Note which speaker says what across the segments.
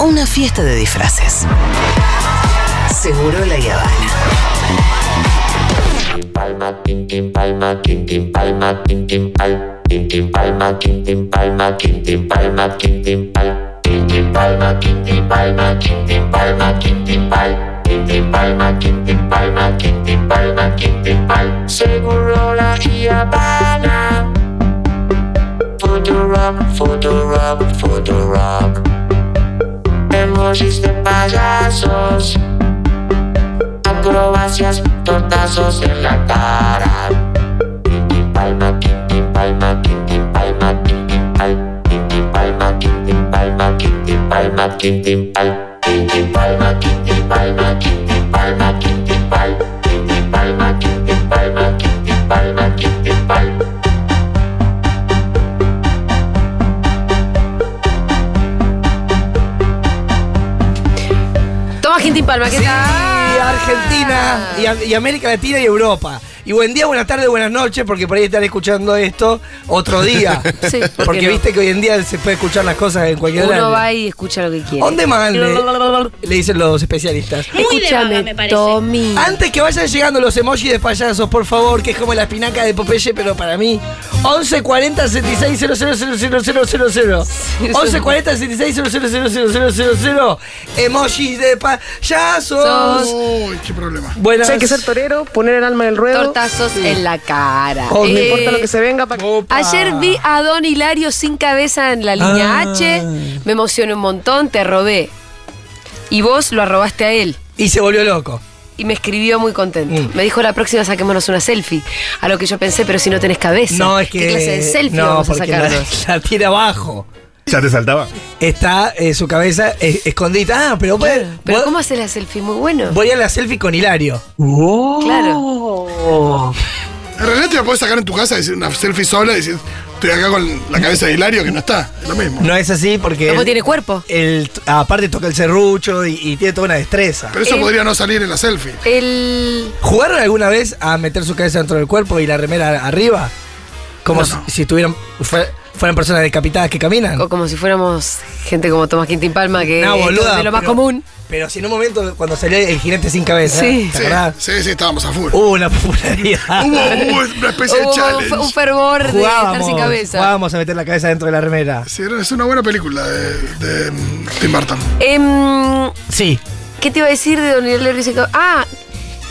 Speaker 1: una fiesta de disfraces. Seguro la Habana.
Speaker 2: Tin, tin, palma, tin, tin, palma, tin, tin, palma, tin, tin, pal, tin, tin, palma, tin, tin, palma, tin, tin, palma, tin, tin, pal, tin, tin, palma, tin, tin, palma, tin, tin, palma, tin, tin, pal, tin, tin, palma, tin, tin, palma, tin, tin, palma, tin, tin, pal. Seguro la Habana. Photo rock, photo rock, photo rock. Emojis de payasos acrobacias, tortazos en la cara. Tintin palma, tintin palma, tintin palma, tintin pal, tintin palma, tintin palma, tintin palma, tintin pal, tintin palma, tintin palma, tintin palma, tintin pal, tintin palma, tintin palma, tintin palma, tintin pal.
Speaker 3: Toma gente palma, ¿qué
Speaker 4: Sí,
Speaker 3: tal?
Speaker 4: Argentina y, a- y América Latina y Europa. Y buen día, buenas tardes, buenas noches, porque por ahí están escuchando esto otro día.
Speaker 3: Sí, ¿por qué
Speaker 4: porque
Speaker 3: no?
Speaker 4: viste que hoy en día se puede escuchar las cosas en cualquier
Speaker 3: Uno
Speaker 4: horario.
Speaker 3: va y escucha lo que quiere.
Speaker 4: ¿Dónde más? Le, le dicen los especialistas.
Speaker 5: Muy de vaga,
Speaker 3: Escúchame,
Speaker 5: me parece.
Speaker 3: Tommy.
Speaker 4: Antes que vayan llegando los emojis de payasos, por favor, que es como la espinaca de Popeye, pero para mí. 11 40 66 000. 11 40 66 000. Emojis de payasos.
Speaker 3: Sos
Speaker 6: Uy, qué problema.
Speaker 4: Buenas.
Speaker 7: Si hay que ser torero, poner el alma del ruedo.
Speaker 3: tortazos en la cara. Eh,
Speaker 4: Oh, no
Speaker 7: No importa lo que se venga para
Speaker 4: Opa.
Speaker 3: Ayer vi a Don Hilario sin cabeza en la línea
Speaker 4: Ah.
Speaker 3: H. Me emocioné un montón, te robé. Y vos lo arrobaste a él.
Speaker 4: Y se volvió loco.
Speaker 3: Y me escribió muy contento.
Speaker 4: Mm.
Speaker 3: Me dijo, la próxima saquémonos una selfie. A lo que yo pensé, pero si no tenés cabeza.
Speaker 4: No, es que.
Speaker 3: ¿Qué clase de selfie
Speaker 4: no,
Speaker 3: vamos a
Speaker 4: porque la,
Speaker 3: sacarnos?
Speaker 4: la tira abajo.
Speaker 6: ¿Ya te saltaba?
Speaker 4: Está eh, su cabeza eh, escondida. Ah, pero, puede-
Speaker 3: Pero
Speaker 4: vos-
Speaker 3: ¿cómo haces la selfie? Muy bueno.
Speaker 4: Voy a la selfie con Hilario. Oh.
Speaker 3: Claro.
Speaker 6: En realidad te la podés sacar en tu casa y decir una selfie sola y decir, estoy acá con la cabeza de Hilario que no está. Es lo mismo.
Speaker 4: No es así porque.
Speaker 3: ¿Cómo
Speaker 4: él-
Speaker 3: tiene cuerpo?
Speaker 4: él t- aparte toca el serrucho y, y tiene toda una destreza.
Speaker 6: Pero eso
Speaker 3: Eh.
Speaker 6: podría no salir en la selfie.
Speaker 3: El...
Speaker 4: ¿Jugaron alguna vez a meter su cabeza dentro del cuerpo y la remera arriba? Como
Speaker 6: No,
Speaker 4: si,
Speaker 6: no.
Speaker 4: si estuvieran, fue- fueran personas decapitadas que caminan.
Speaker 3: O como si fuéramos gente como Tomás Quintín Palma, que
Speaker 4: No,
Speaker 3: es
Speaker 4: boluda,
Speaker 3: de lo más
Speaker 4: pero-
Speaker 3: común.
Speaker 4: Pero si en un momento cuando salió el jinete sin cabeza,
Speaker 3: Sí.
Speaker 4: ¿te
Speaker 6: Sí,
Speaker 4: acordás?
Speaker 6: sí, sí, estábamos a full.
Speaker 4: Hubo una popularidad.
Speaker 6: Hubo, hubo una especie de
Speaker 3: Uh, Hubo
Speaker 6: challenge.
Speaker 3: un, un fervor de estar sin cabeza.
Speaker 4: jugábamos a meter la cabeza dentro de la remera.
Speaker 6: Sí, era- es una buena película de, de, mm, Tim Burton.
Speaker 3: Em,
Speaker 4: Sí.
Speaker 3: ¿Qué te iba a decir de Don Hilario sin cabeza? Ah,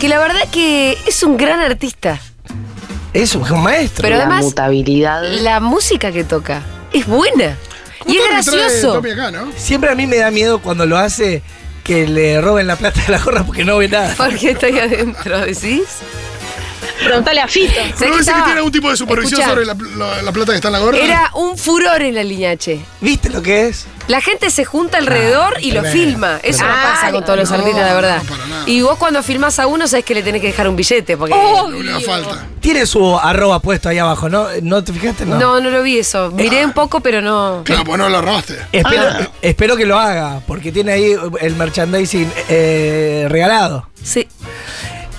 Speaker 3: que la verdad que es un gran artista.
Speaker 4: Es un, es un maestro.
Speaker 3: Pero
Speaker 8: la
Speaker 3: además,
Speaker 8: mutabilidad.
Speaker 3: la música que toca es buena. Y es
Speaker 6: Justo lo que trae
Speaker 3: gracioso.
Speaker 6: Tommy acá, ¿no?
Speaker 4: Siempre a mí me da miedo cuando lo hace que le roben la plata de la gorra porque no ve nada.
Speaker 3: Porque estoy adentro, ¿decís?
Speaker 5: Preguntale a Fito.
Speaker 3: ¿Sabés
Speaker 6: Pero
Speaker 3: que
Speaker 6: debe ser que
Speaker 3: estaba-
Speaker 6: tiene algún tipo de supervisión
Speaker 3: Escuchá,
Speaker 6: sobre la, la- la plata que está en la gorra.
Speaker 3: Era un furor en la línea H.
Speaker 4: ¿Viste lo que es?
Speaker 3: La gente se junta alrededor y lo
Speaker 4: Ah, tremendo,
Speaker 3: filma. Eso no
Speaker 8: tremendo.
Speaker 3: pasa con todos los
Speaker 6: No,
Speaker 3: artistas, la verdad.
Speaker 6: no, para nada.
Speaker 3: y vos cuando filmás a uno sabés que le tenés que dejar un billete. Porque
Speaker 6: Lo que le falta.
Speaker 4: Tiene su arroba puesto ahí abajo, ¿no? ¿No te fijaste? No.
Speaker 3: no. no, lo vi eso. Miré un poco, pero no.
Speaker 6: Claro, pues no lo robaste.
Speaker 4: Espero, espero que lo haga, porque tiene ahí el merchandising eh, regalado.
Speaker 3: Sí.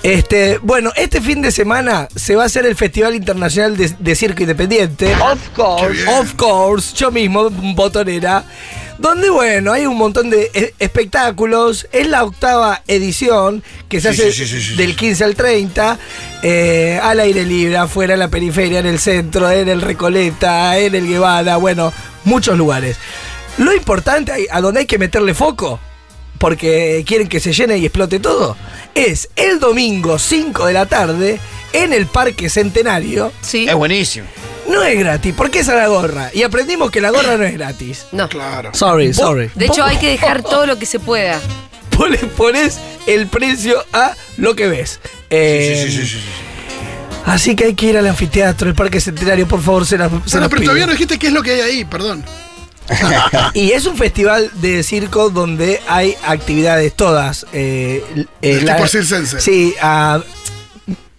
Speaker 4: Este, bueno, este fin de semana se va a hacer el Festival Internacional de, de Circo Independiente. Of
Speaker 6: course.
Speaker 4: Of course. Yo mismo, botonera. Donde, bueno, hay un montón de eh, espectáculos. Es la octava edición que se
Speaker 6: Sí,
Speaker 4: hace
Speaker 6: sí, sí, sí, sí.
Speaker 4: del 15 al 30. eh, al aire libre, afuera, en la periferia, en el centro, en el Recoleta, en el Guevara. Bueno, muchos lugares. Lo importante, hay- a donde hay que meterle foco, porque quieren que se llene y explote todo, es el domingo 5 de la tarde en el Parque Centenario.
Speaker 3: Sí.
Speaker 9: buenísimo.
Speaker 4: No es gratis, porque es a la gorra. Y aprendimos que la gorra no es gratis.
Speaker 3: No.
Speaker 6: Claro.
Speaker 4: Sorry, sorry.
Speaker 3: De hecho, hay que dejar todo lo que se pueda.
Speaker 4: Vos le pones el precio a lo que ves. Eh, Así que hay que ir al anfiteatro, el Parque Centenario, por favor, se las, se
Speaker 6: Bueno,
Speaker 4: las
Speaker 6: pero
Speaker 4: pido.
Speaker 6: todavía no dijiste qué es lo que hay ahí, perdón.
Speaker 4: Y es un festival de circo donde hay actividades todas. eh, eh,
Speaker 6: Del tipo circense.
Speaker 4: Sí, ah,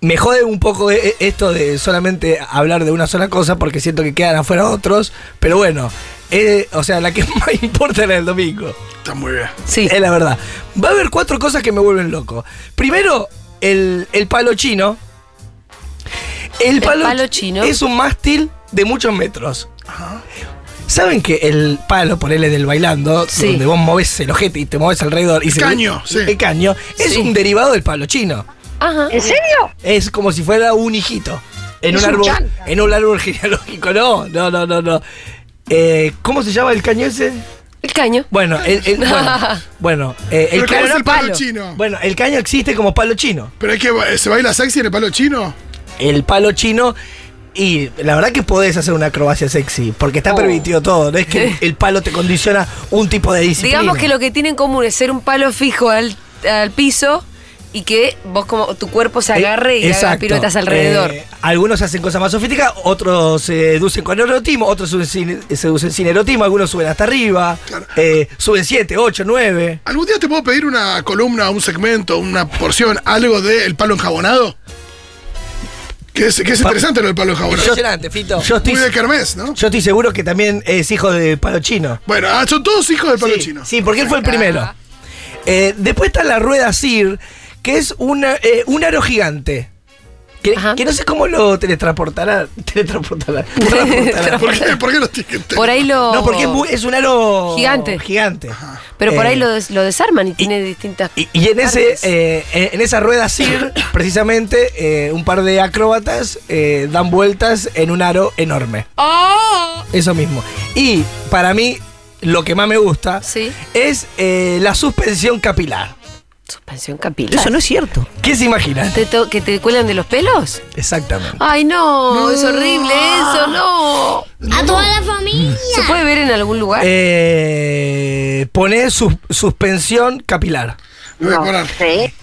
Speaker 4: me jode un poco e- e- esto de solamente hablar de una sola cosa porque siento que quedan afuera otros, pero bueno, eh, o sea, la que más importa es la del domingo.
Speaker 6: Está muy bien.
Speaker 3: Sí.
Speaker 4: Es la verdad. Va a haber cuatro cosas que me vuelven loco. Primero, el, el palo chino. El palo,
Speaker 3: palo chino.
Speaker 4: es un mástil de muchos metros. ¿Saben que el palo, ponele del bailando,
Speaker 3: Sí.
Speaker 4: donde vos movés el ojete y te movés alrededor y
Speaker 6: El
Speaker 4: se-
Speaker 6: caño, sí.
Speaker 4: el caño, es
Speaker 3: Sí.
Speaker 4: un derivado del palo chino?
Speaker 3: Ajá.
Speaker 5: ¿En serio?
Speaker 4: Es como si fuera un hijito. En
Speaker 5: Es
Speaker 4: un,
Speaker 5: un
Speaker 4: árbol.
Speaker 5: chanta.
Speaker 4: En un árbol genealógico, no, no, no, no, no. Eh, ¿Cómo se llama el caño ese?
Speaker 3: El caño.
Speaker 4: Bueno, el, el- bueno, bueno, eh, el
Speaker 6: Pero ¿cómo
Speaker 4: caño.
Speaker 6: es el palo,
Speaker 3: palo.
Speaker 6: chino?
Speaker 4: Bueno, el caño existe como palo chino.
Speaker 6: Pero es que eh, se baila sexy en el palo chino.
Speaker 4: El palo chino. Y la verdad que podés hacer una acrobacia sexy, porque está
Speaker 3: Oh.
Speaker 4: permitido todo. No es que el palo te condiciona un tipo de disciplina.
Speaker 3: Digamos que lo que tienen en común es ser un palo fijo al, al piso y que vos como tu cuerpo se agarre y
Speaker 4: Eh,
Speaker 3: haga
Speaker 4: exacto.
Speaker 3: piruetas alrededor.
Speaker 4: Eh, algunos hacen cosas más sofisticadas, otros se seducen con erotismo, otros suben sin- eh, seducen sin erotismo, algunos suben hasta arriba,
Speaker 6: Claro.
Speaker 4: eh, suben 7, 8, 9.
Speaker 6: ¿Algún día te puedo pedir una columna, un segmento, una porción, algo de el palo enjabonado? Que es, que es interesante lo del palo enjabonado.
Speaker 4: Impresionante, Fito. Yo estoy,
Speaker 6: Muy de kermés, ¿no?
Speaker 4: yo estoy seguro que también es hijo de palo chino.
Speaker 6: Bueno, ah, son todos hijos del palo
Speaker 4: sí,
Speaker 6: chino.
Speaker 4: sí, porque él fue el primero. Eh, después está la rueda Sir, que es una, eh, un aro gigante. Que,
Speaker 3: Ajá.
Speaker 4: que no sé cómo lo teletransportará. Teletransportará. transportará.
Speaker 6: ¿Por qué, ¿Por qué los tiquetes?
Speaker 3: Por ahí lo.
Speaker 4: No, porque es, mu- es un aro
Speaker 3: Gigante.
Speaker 4: gigante.
Speaker 3: Pero por
Speaker 4: Eh,
Speaker 3: ahí lo, des- lo desarman y, tiene distintas.
Speaker 4: Y, y en, ese,
Speaker 3: partes.
Speaker 4: eh, eh, en esa rueda Sir, precisamente, eh, un par de acróbatas eh, dan vueltas en un aro enorme. Eso mismo. Y para mí, lo que más me gusta
Speaker 3: Sí.
Speaker 4: es eh, la suspensión capilar.
Speaker 3: Suspensión capilar.
Speaker 8: Eso no es cierto.
Speaker 4: ¿Qué se imaginan?
Speaker 3: ¿Te to- ¿Que te cuelan de los pelos?
Speaker 4: Exactamente.
Speaker 3: Ay, no, es horrible eso, no.
Speaker 9: A toda la familia.
Speaker 3: ¿Se puede ver en algún lugar?
Speaker 4: Eh, pone sus- suspensión capilar.
Speaker 6: Lo voy a parar.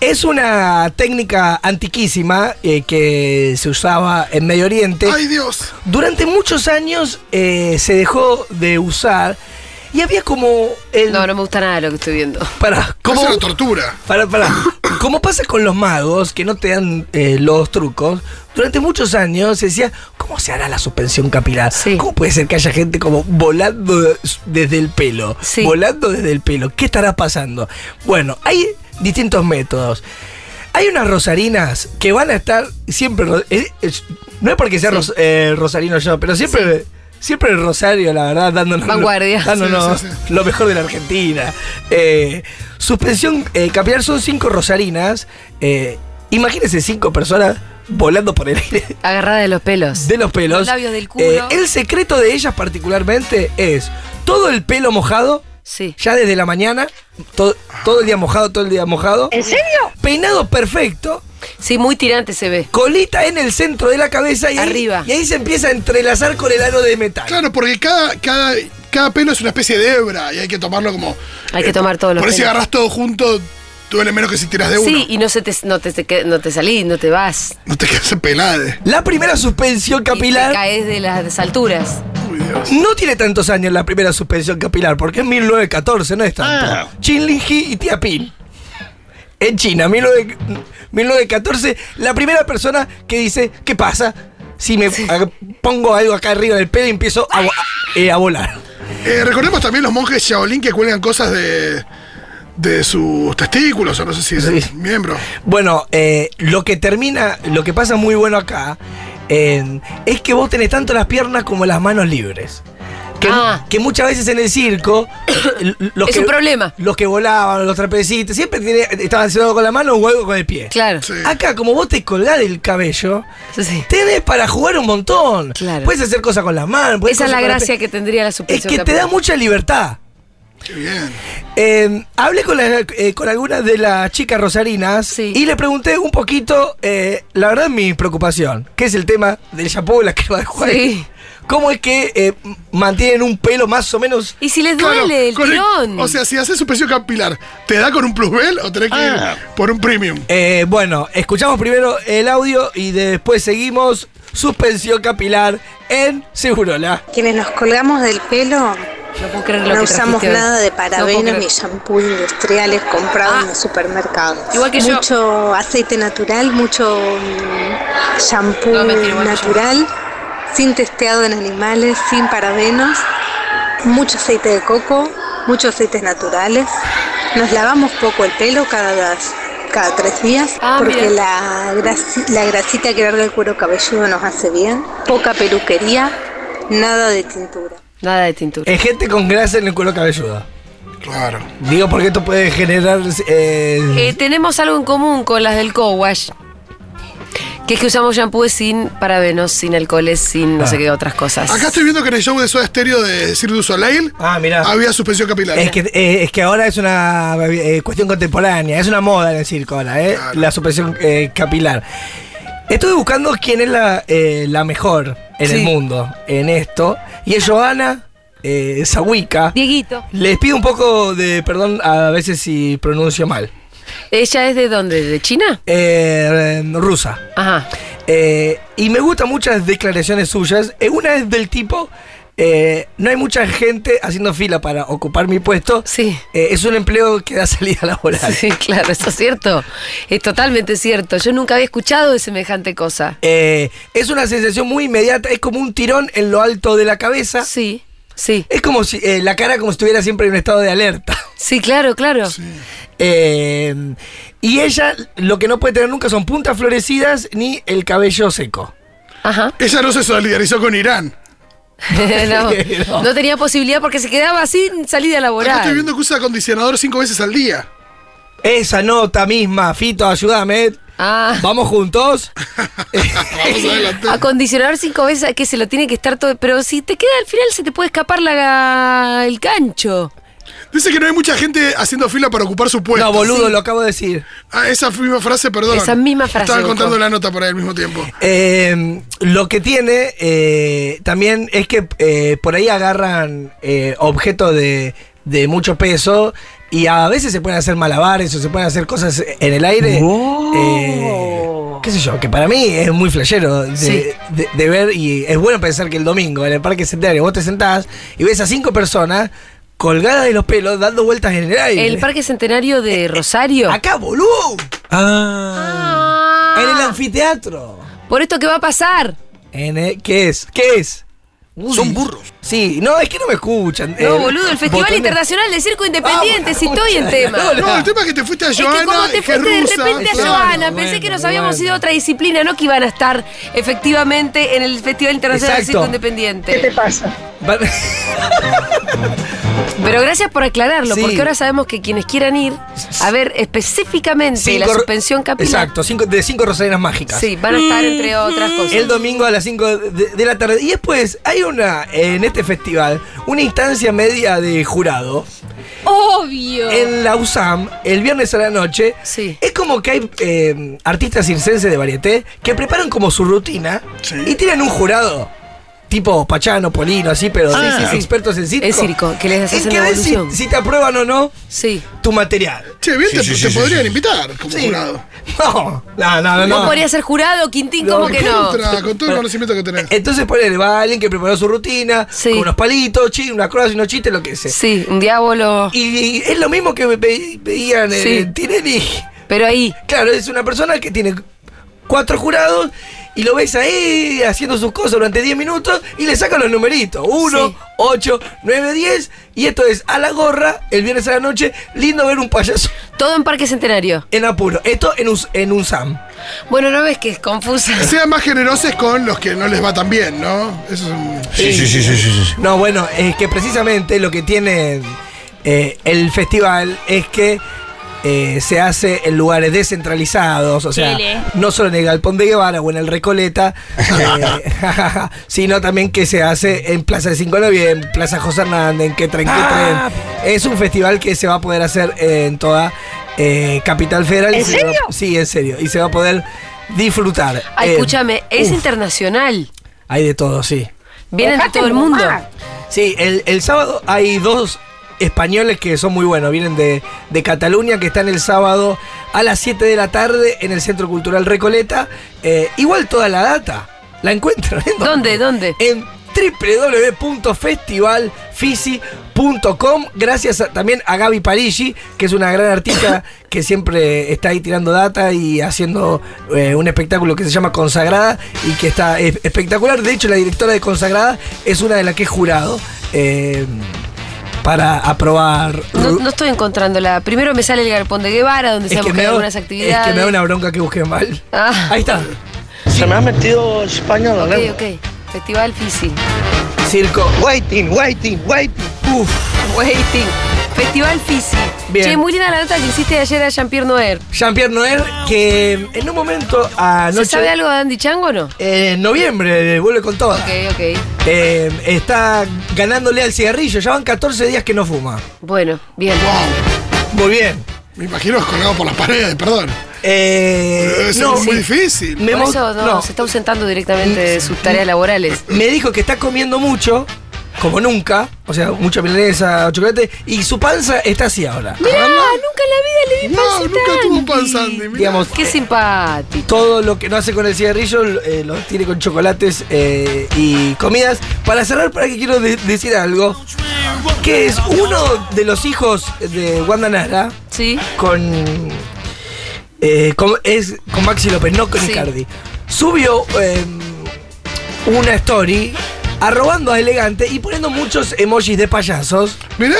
Speaker 4: Es una técnica antiquísima eh, que se usaba en Medio Oriente.
Speaker 6: ¡Ay, Dios!
Speaker 4: Durante muchos años eh, se dejó de usar y había como el
Speaker 3: No, no me gusta nada lo que estoy viendo.
Speaker 4: para como
Speaker 6: ¿Cómo? Es una tortura.
Speaker 4: para para como pasa con los magos que no te dan eh, los trucos durante muchos años se decía cómo se hará la suspensión capilar
Speaker 3: Sí.
Speaker 4: cómo puede ser que haya gente como volando de- desde el pelo
Speaker 3: Sí.
Speaker 4: volando desde el pelo qué estará pasando bueno hay distintos métodos hay unas rosarinas que van a estar siempre. ro- eh, eh, no es porque sea ros- eh, rosarino yo, pero siempre. Siempre el Rosario, la verdad, dándonos,
Speaker 3: Vanguardia.
Speaker 4: dándonos
Speaker 6: Sí, sí,
Speaker 4: Ah, lo mejor de la Argentina. Eh, suspensión eh, capilar son cinco rosarinas. eh, imagínense cinco personas volando por el aire
Speaker 3: Agarrada de los pelos.
Speaker 4: de los pelos. Eh,
Speaker 3: Los labios del culo.
Speaker 4: el secreto de ellas particularmente es todo el pelo mojado,
Speaker 3: Sí.
Speaker 4: ya desde la mañana, todo, todo el día mojado, todo el día mojado.
Speaker 5: ¿En serio?
Speaker 4: Peinado perfecto,
Speaker 3: Sí, muy tirante se ve.
Speaker 4: colita en el centro de la cabeza y, ahí-
Speaker 3: Arriba.
Speaker 4: y ahí se empieza a entrelazar con el aro de metal.
Speaker 6: Claro, porque cada, cada, cada pelo es una especie de hebra y hay que tomarlo como. eh,
Speaker 3: Hay que tomar todos los
Speaker 6: Por eso si
Speaker 3: pelos.
Speaker 6: agarras todo junto, duele menos que si tiras de uno.
Speaker 3: Sí, y no, se te, no, te, te que- no te salís, no te vas.
Speaker 6: No te quedas pelade.
Speaker 4: La primera suspensión
Speaker 3: Y te
Speaker 4: capilar
Speaker 3: caes de las alturas.
Speaker 6: Uy, Dios.
Speaker 4: no tiene tantos años la primera suspensión capilar, porque es 1914, no es tanto. Chin Lin Ji y Tia Pin. En China, 19 1914, la primera persona que dice, ¿qué pasa? Si me a- pongo algo acá arriba del pelo y empiezo a, vo- a- eh, a volar.
Speaker 6: Eh, recordemos también los monjes Shaolin que cuelgan cosas de. de sus testículos, o no sé si de
Speaker 4: Sí.
Speaker 6: sus miembros.
Speaker 4: Bueno, eh, lo que termina, lo que pasa muy bueno acá, eh, es que vos tenés tanto las piernas como las manos libres. Que,
Speaker 3: Ah.
Speaker 4: que muchas veces en el circo. l- los
Speaker 3: Es
Speaker 4: que-
Speaker 3: un problema.
Speaker 4: Los que volaban, los trapecistas, siempre tiene- estaban haciendo algo con la mano o algo con el pie.
Speaker 3: Claro.
Speaker 6: Sí.
Speaker 4: Acá, como vos te colgás del cabello,
Speaker 3: Sí.
Speaker 4: tenés para jugar un montón.
Speaker 3: Claro.
Speaker 4: Puedes hacer cosas con las manos. podés
Speaker 3: Esa es
Speaker 4: cosas
Speaker 3: la
Speaker 4: con
Speaker 3: gracia
Speaker 4: las
Speaker 3: que tendría la
Speaker 4: pe- Es
Speaker 3: suspensión
Speaker 4: que te da
Speaker 3: capilar.
Speaker 4: mucha libertad.
Speaker 6: Qué bien.
Speaker 4: Eh, hablé con, la- eh, con algunas de las chicas rosarinas
Speaker 3: Sí.
Speaker 4: y le pregunté un poquito, eh, la verdad, mi preocupación, que es el tema del chapó y la crema de Juan.
Speaker 3: Sí.
Speaker 4: ¿Cómo es que eh, m- mantienen un pelo más o menos?
Speaker 3: Y si les
Speaker 6: Claro,
Speaker 3: duele
Speaker 6: con
Speaker 3: el
Speaker 6: el-
Speaker 3: tirón.
Speaker 6: o sea, si haces suspensión capilar, ¿te da con un plusbel o tenés que ir por un premium?
Speaker 4: Eh, bueno, escuchamos primero el audio y después seguimos suspensión capilar en Segurola.
Speaker 10: Quienes nos colgamos del pelo
Speaker 3: no puedo creer lo
Speaker 10: no
Speaker 3: que
Speaker 10: usamos
Speaker 3: trajiste hoy.
Speaker 10: nada de
Speaker 3: No puedo creer.
Speaker 10: parabenos ni shampoo industriales comprados
Speaker 3: Ah.
Speaker 10: en los supermercados.
Speaker 3: Igual que yo.
Speaker 10: mucho aceite natural, mucho mm, shampoo
Speaker 3: No, mentira, igual que yo.
Speaker 10: natural, sin testeado en animales, sin parabenos, mucho aceite de coco, muchos aceites naturales. Nos lavamos poco el pelo cada dos- cada tres días
Speaker 3: Ah,
Speaker 10: porque
Speaker 3: mira.
Speaker 10: la, grasi- la grasita que larga el cuero cabelludo nos hace bien. Poca peluquería, nada de tintura.
Speaker 3: Nada de tintura.
Speaker 4: Es gente con grasa en el cuero cabelludo.
Speaker 6: Claro.
Speaker 4: Digo porque esto puede generar. eh,
Speaker 3: Eh, tenemos algo en común con las del co-wash. Que es que usamos shampoos sin parabenos, sin alcoholes, sin no
Speaker 4: Ah.
Speaker 3: sé qué otras cosas.
Speaker 6: Acá estoy viendo que en el show de Soda Stereo de Cirque du Soleil
Speaker 4: Ah, mirá.
Speaker 6: había suspensión capilar.
Speaker 4: Es que, eh, es que ahora es una eh, cuestión contemporánea, es una moda en el circo ahora, ¿eh?
Speaker 6: Claro.
Speaker 4: la supresión eh, capilar. Estuve buscando quién es la, eh, la mejor en el
Speaker 3: Sí.
Speaker 4: mundo en esto, y es Joana eh, Zawica.
Speaker 3: Dieguito.
Speaker 4: Les pido un poco de perdón a veces si pronuncio mal.
Speaker 3: ¿Ella es de dónde? ¿De China?
Speaker 4: Eh, rusa.
Speaker 3: Ajá.
Speaker 4: Eh, y me gustan muchas declaraciones suyas. Eh, Una es del tipo, eh, no hay mucha gente haciendo fila para ocupar mi puesto.
Speaker 3: Sí.
Speaker 4: Eh, es un empleo que da salida laboral.
Speaker 3: Sí, claro, eso es cierto. Es totalmente cierto. Yo nunca había escuchado de semejante cosa.
Speaker 4: Eh, es una sensación muy inmediata, es como un tirón en lo alto de la cabeza.
Speaker 3: Sí, sí.
Speaker 4: Es como si eh, la cara como si estuviera siempre en un estado de alerta.
Speaker 3: Sí, claro, claro.
Speaker 4: Eh, y ella lo que no puede tener nunca son puntas florecidas ni el cabello seco.
Speaker 3: Ajá.
Speaker 6: Ella no se solidarizó con Irán.
Speaker 3: no, no tenía posibilidad porque se quedaba sin salida
Speaker 6: Acá estoy
Speaker 3: laboral.
Speaker 6: viendo que usa acondicionador cinco veces al día.
Speaker 4: Esa nota misma, Fito, ayúdame.
Speaker 3: Ah.
Speaker 4: Vamos juntos.
Speaker 6: Vamos adelante.
Speaker 3: Acondicionador cinco veces que se lo tiene que estar todo. Pero si te queda al final, se te puede escapar la, el gancho.
Speaker 6: Dice que no hay mucha gente haciendo fila para ocupar su puesto.
Speaker 4: No, boludo, lo acabo de decir.
Speaker 6: Ah, esa misma frase, perdón.
Speaker 3: Esa misma frase,
Speaker 6: Estaba
Speaker 3: Goku.
Speaker 6: contando la nota por ahí al mismo tiempo.
Speaker 4: Eh, lo que tiene eh, también es que eh, por ahí agarran eh, objetos de, de mucho peso y a veces se pueden hacer malabares o se pueden hacer cosas en el aire. Eh, qué sé yo, que para mí es muy flashero de,
Speaker 3: Sí.
Speaker 4: de- de ver y es bueno pensar que el domingo en el Parque Centenario vos te sentás y ves a cinco personas colgadas de los pelos dando vueltas en el aire.
Speaker 3: El Parque Centenario
Speaker 4: Eh,
Speaker 3: de Rosario.
Speaker 4: Acá, boludo.
Speaker 3: Ah.
Speaker 4: En el anfiteatro.
Speaker 3: Por esto, ¿qué va a pasar?
Speaker 4: En el- ¿Qué es? ¿Qué es?
Speaker 6: Son burros.
Speaker 4: Sí, no, es que no me escuchan.
Speaker 3: No, boludo, el Festival
Speaker 4: botones-
Speaker 3: Internacional de Circo Independiente,
Speaker 4: Eh, Vamos,
Speaker 3: si estoy en tema.
Speaker 4: no,
Speaker 6: No, el tema es que te fuiste a
Speaker 3: Es que
Speaker 6: Joana.
Speaker 3: como te
Speaker 6: y que
Speaker 3: fuiste de
Speaker 6: rusa,
Speaker 3: repente a
Speaker 6: claro.
Speaker 3: Joana,
Speaker 4: Bueno,
Speaker 3: pensé que nos
Speaker 4: bueno,
Speaker 3: habíamos
Speaker 4: bueno.
Speaker 3: ido a otra disciplina, no que iban a estar efectivamente en el Festival Internacional de
Speaker 4: Exacto.
Speaker 3: Circo
Speaker 7: ¿Qué te
Speaker 3: Independiente.
Speaker 7: pasa?
Speaker 4: Va-
Speaker 3: Pero gracias por aclararlo,
Speaker 4: Sí.
Speaker 3: porque ahora sabemos que quienes quieran ir a ver específicamente la
Speaker 4: Cinco-
Speaker 3: suspensión capilar,
Speaker 4: Exacto, cinco- de cinco rosarinas mágicas.
Speaker 3: sí, van a estar entre otras cosas.
Speaker 4: El domingo a las 5 de, de la tarde. Y después hay una, en este festival, una instancia media de jurado.
Speaker 3: Obvio.
Speaker 4: En la USAM, el viernes a la noche.
Speaker 3: Sí.
Speaker 4: Es como que hay eh, artistas circenses de varieté que preparan como su rutina
Speaker 6: Sí.
Speaker 4: y tienen un jurado. Tipo Pachano, Polino, así, pero
Speaker 3: Sí,
Speaker 4: de-
Speaker 3: sí, sí.
Speaker 4: expertos en circo.
Speaker 3: En Ah. circo, que les hacen
Speaker 4: En que
Speaker 3: la
Speaker 4: ven si-
Speaker 3: evolución.
Speaker 4: si te aprueban o no
Speaker 3: Sí.
Speaker 4: tu material.
Speaker 6: Che, bien, te, te podrían invitar como jurado.
Speaker 4: No, no, no, no.
Speaker 3: Vos
Speaker 4: no.
Speaker 3: podrías ser jurado, Quintín,
Speaker 4: No,
Speaker 3: ¿cómo que no?
Speaker 6: Contra, con todo el conocimiento que tenés.
Speaker 4: Entonces ponele, va alguien que preparó su rutina,
Speaker 3: Sí.
Speaker 4: con unos palitos, chi- unas cosas, unos chistes, lo que sea.
Speaker 3: Sí, un diablo.
Speaker 4: Y, es lo mismo que me pe- pedían
Speaker 3: Sí.
Speaker 4: eh, Tinelli.
Speaker 3: Pero ahí,
Speaker 4: Claro, es una persona que tiene cuatro jurados y lo ves ahí haciendo sus cosas durante 10 minutos y le sacan los numeritos.
Speaker 3: Sí.
Speaker 4: 1, 8, 9, 10. Y esto es a la gorra, el viernes a la noche, lindo ver un payaso
Speaker 3: todo en Parque Centenario.
Speaker 4: en apuro. Esto en un, en un SAM.
Speaker 3: Bueno, ¿no ves que es confusa?
Speaker 6: Sean más generosos con los que no les va tan bien, ¿no? Eso es un...
Speaker 2: Sí, sí, sí, sí, sí. sí.
Speaker 4: No, bueno, es que precisamente lo que tiene eh, el festival es que eh, se hace en lugares descentralizados, o sea,
Speaker 5: Chile.
Speaker 4: no solo en el Galpón de Guevara o en el Recoleta, eh, sino también que se hace en Plaza de 5 de Noviembre, en Plaza José Hernández, en Que Tren, Que
Speaker 2: Ah.
Speaker 4: Tren. Es un festival que se va a poder hacer en toda eh, Capital Federal.
Speaker 5: ¿En
Speaker 4: Y se va-
Speaker 5: serio?
Speaker 4: sí, en serio. Y se va a poder disfrutar.
Speaker 3: Ay,
Speaker 4: Eh,
Speaker 3: Ah, escúchame, es
Speaker 4: uf,
Speaker 3: internacional.
Speaker 4: hay de todo, sí.
Speaker 3: Vienen de
Speaker 7: Dejate
Speaker 3: todo el mundo.
Speaker 7: mamar.
Speaker 4: Sí, el, el sábado hay dos españoles que son muy buenos, vienen de, de Cataluña, que están el sábado a las 7 de la tarde en el Centro Cultural Recoleta. Eh, igual toda la data la encuentran. ¿eh?
Speaker 3: ¿Dónde? ¿Dónde?
Speaker 4: En www.festivalfisi.com gracias a- también a Gaby Parigi que es una gran artista que siempre está ahí tirando data y haciendo eh, un espectáculo que se llama Consagrada y que está es- espectacular de hecho la directora de Consagrada es una de las que he jurado eh, para aprobar
Speaker 3: No, no estoy encontrándola. Primero me sale el Galpón de Guevara, donde se
Speaker 4: eh. es,
Speaker 3: han
Speaker 4: que me
Speaker 3: buscado
Speaker 4: da,
Speaker 3: algunas
Speaker 4: es que me
Speaker 3: actividades.
Speaker 4: da una bronca que busqué mal
Speaker 3: Ah.
Speaker 4: ahí está
Speaker 8: Se me ha metido España en la
Speaker 3: Ok,
Speaker 8: lengua.
Speaker 3: ok. Festival Fisi.
Speaker 4: circo.
Speaker 8: Waiting, waiting, waiting.
Speaker 4: Uf,
Speaker 3: Waiting. Festival Fisi.
Speaker 4: Bien.
Speaker 3: Che, muy linda la nota que hiciste ayer a Jean-Pierre Noer.
Speaker 4: Jean-Pierre Noel, que en un momento anoche.
Speaker 3: ¿Se sabe algo de Andy Chango o no?
Speaker 4: eh, en noviembre, eh, vuelve con todo.
Speaker 3: Ok, ok.
Speaker 4: Eh, está ganándole al cigarrillo, ya van 14 días que no fuma.
Speaker 3: Bueno, bien.
Speaker 4: Muy bien.
Speaker 6: Me imagino colgado por las paredes, perdón.
Speaker 4: Eh,
Speaker 6: Debe ser
Speaker 4: no,
Speaker 6: muy
Speaker 4: me-
Speaker 6: difícil.
Speaker 4: me
Speaker 3: Por
Speaker 4: mo-
Speaker 3: eso no,
Speaker 4: no,
Speaker 3: se está ausentando directamente de sus tareas laborales.
Speaker 4: me dijo que está comiendo mucho, como nunca, o sea, mucha milanesa, chocolate, y su panza está así ahora.
Speaker 3: Mirá, nunca en la vida le vi
Speaker 6: No,
Speaker 3: pancita
Speaker 6: nunca
Speaker 3: a
Speaker 6: tuvo
Speaker 3: Andy. eh,
Speaker 6: panza, Andy. mirá.
Speaker 4: Digamos,
Speaker 3: Qué simpático.
Speaker 4: todo lo que no hace con el cigarrillo eh, lo tiene con chocolates eh, y comidas. Para cerrar, para que quiero de- decir algo, que es uno de los hijos de Wanda Nara
Speaker 3: Sí.
Speaker 4: con, eh, con- es con Maxi López, no con
Speaker 3: Sí.
Speaker 4: Icardi, subió eh, una story arrobando a Elegante y poniendo muchos emojis de payasos
Speaker 6: Mirá.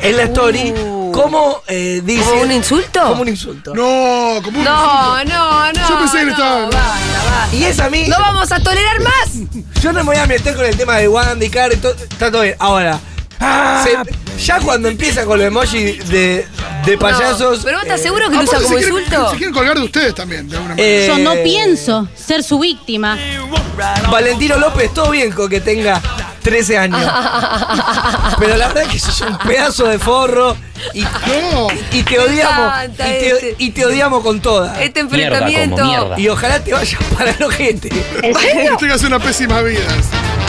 Speaker 4: en la story
Speaker 3: Uh.
Speaker 4: como eh, dice...
Speaker 3: ¿Como un insulto?
Speaker 4: Como un insulto.
Speaker 6: No, como un
Speaker 3: No, no, no.
Speaker 6: Yo pensé que
Speaker 3: no,
Speaker 6: estaba-
Speaker 3: basta, basta.
Speaker 4: Y es a mí...
Speaker 3: ¡No vamos a tolerar más!
Speaker 4: Yo no me voy a meter con el tema de Wanda y Karen, to- está todo bien. Ahora, se- ya cuando empieza con los emojis de, de payasos.
Speaker 3: No, pero ah, vos estás
Speaker 4: eh,
Speaker 3: seguro que lo
Speaker 6: Aparte
Speaker 3: usa
Speaker 6: se
Speaker 3: como
Speaker 6: quieren-
Speaker 3: insulto.
Speaker 6: Se quieren colgar de ustedes también, de alguna manera.
Speaker 4: eh,
Speaker 9: Yo no pienso ser su víctima.
Speaker 4: Valentino López, todo bien con que tenga 13 años. pero la verdad que sos un pedazo de forro y,
Speaker 6: No.
Speaker 4: y te
Speaker 3: Me
Speaker 4: odiamos. Y
Speaker 3: encanta
Speaker 4: te,
Speaker 3: este.
Speaker 4: y te odiamos con toda.
Speaker 3: Este enfrentamiento.
Speaker 4: Y ojalá te vayas para el ojete.
Speaker 6: Tengas una pésima vida.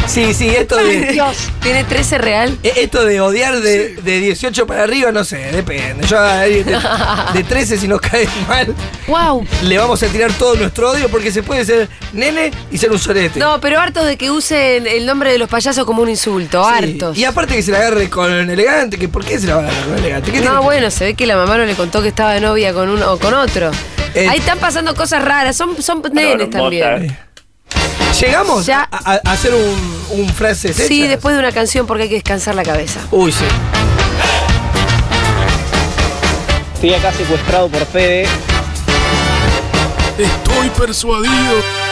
Speaker 4: Sí, sí, esto de.
Speaker 5: Dios.
Speaker 3: Tiene 13 real.
Speaker 4: Eh, Esto de odiar de, de 18 para arriba, no sé, depende. Yo a alguien de, de 13, si nos cae mal,
Speaker 3: ¡Wow!
Speaker 4: le vamos a tirar todo nuestro odio porque se puede ser nene y ser un sorete.
Speaker 3: No, pero hartos de que usen el nombre de los payasos como un insulto.
Speaker 4: Sí.
Speaker 3: Hartos.
Speaker 4: Y aparte que se la agarre con elegante, que ¿por qué se la van a agarrar con elegante? ¿Qué tiene?
Speaker 3: No, bueno, se ve que la mamá no le contó que estaba de novia con uno o con otro.
Speaker 4: Eh.
Speaker 3: Ahí están pasando cosas raras, son, son nenes también.
Speaker 4: ¿Llegamos
Speaker 3: Ya.
Speaker 4: a, a- a hacer un, un frase
Speaker 3: Sí, después de una canción porque hay que descansar la cabeza.
Speaker 4: Uy, sí.
Speaker 8: Estoy acá secuestrado por Fede.
Speaker 6: Estoy persuadido.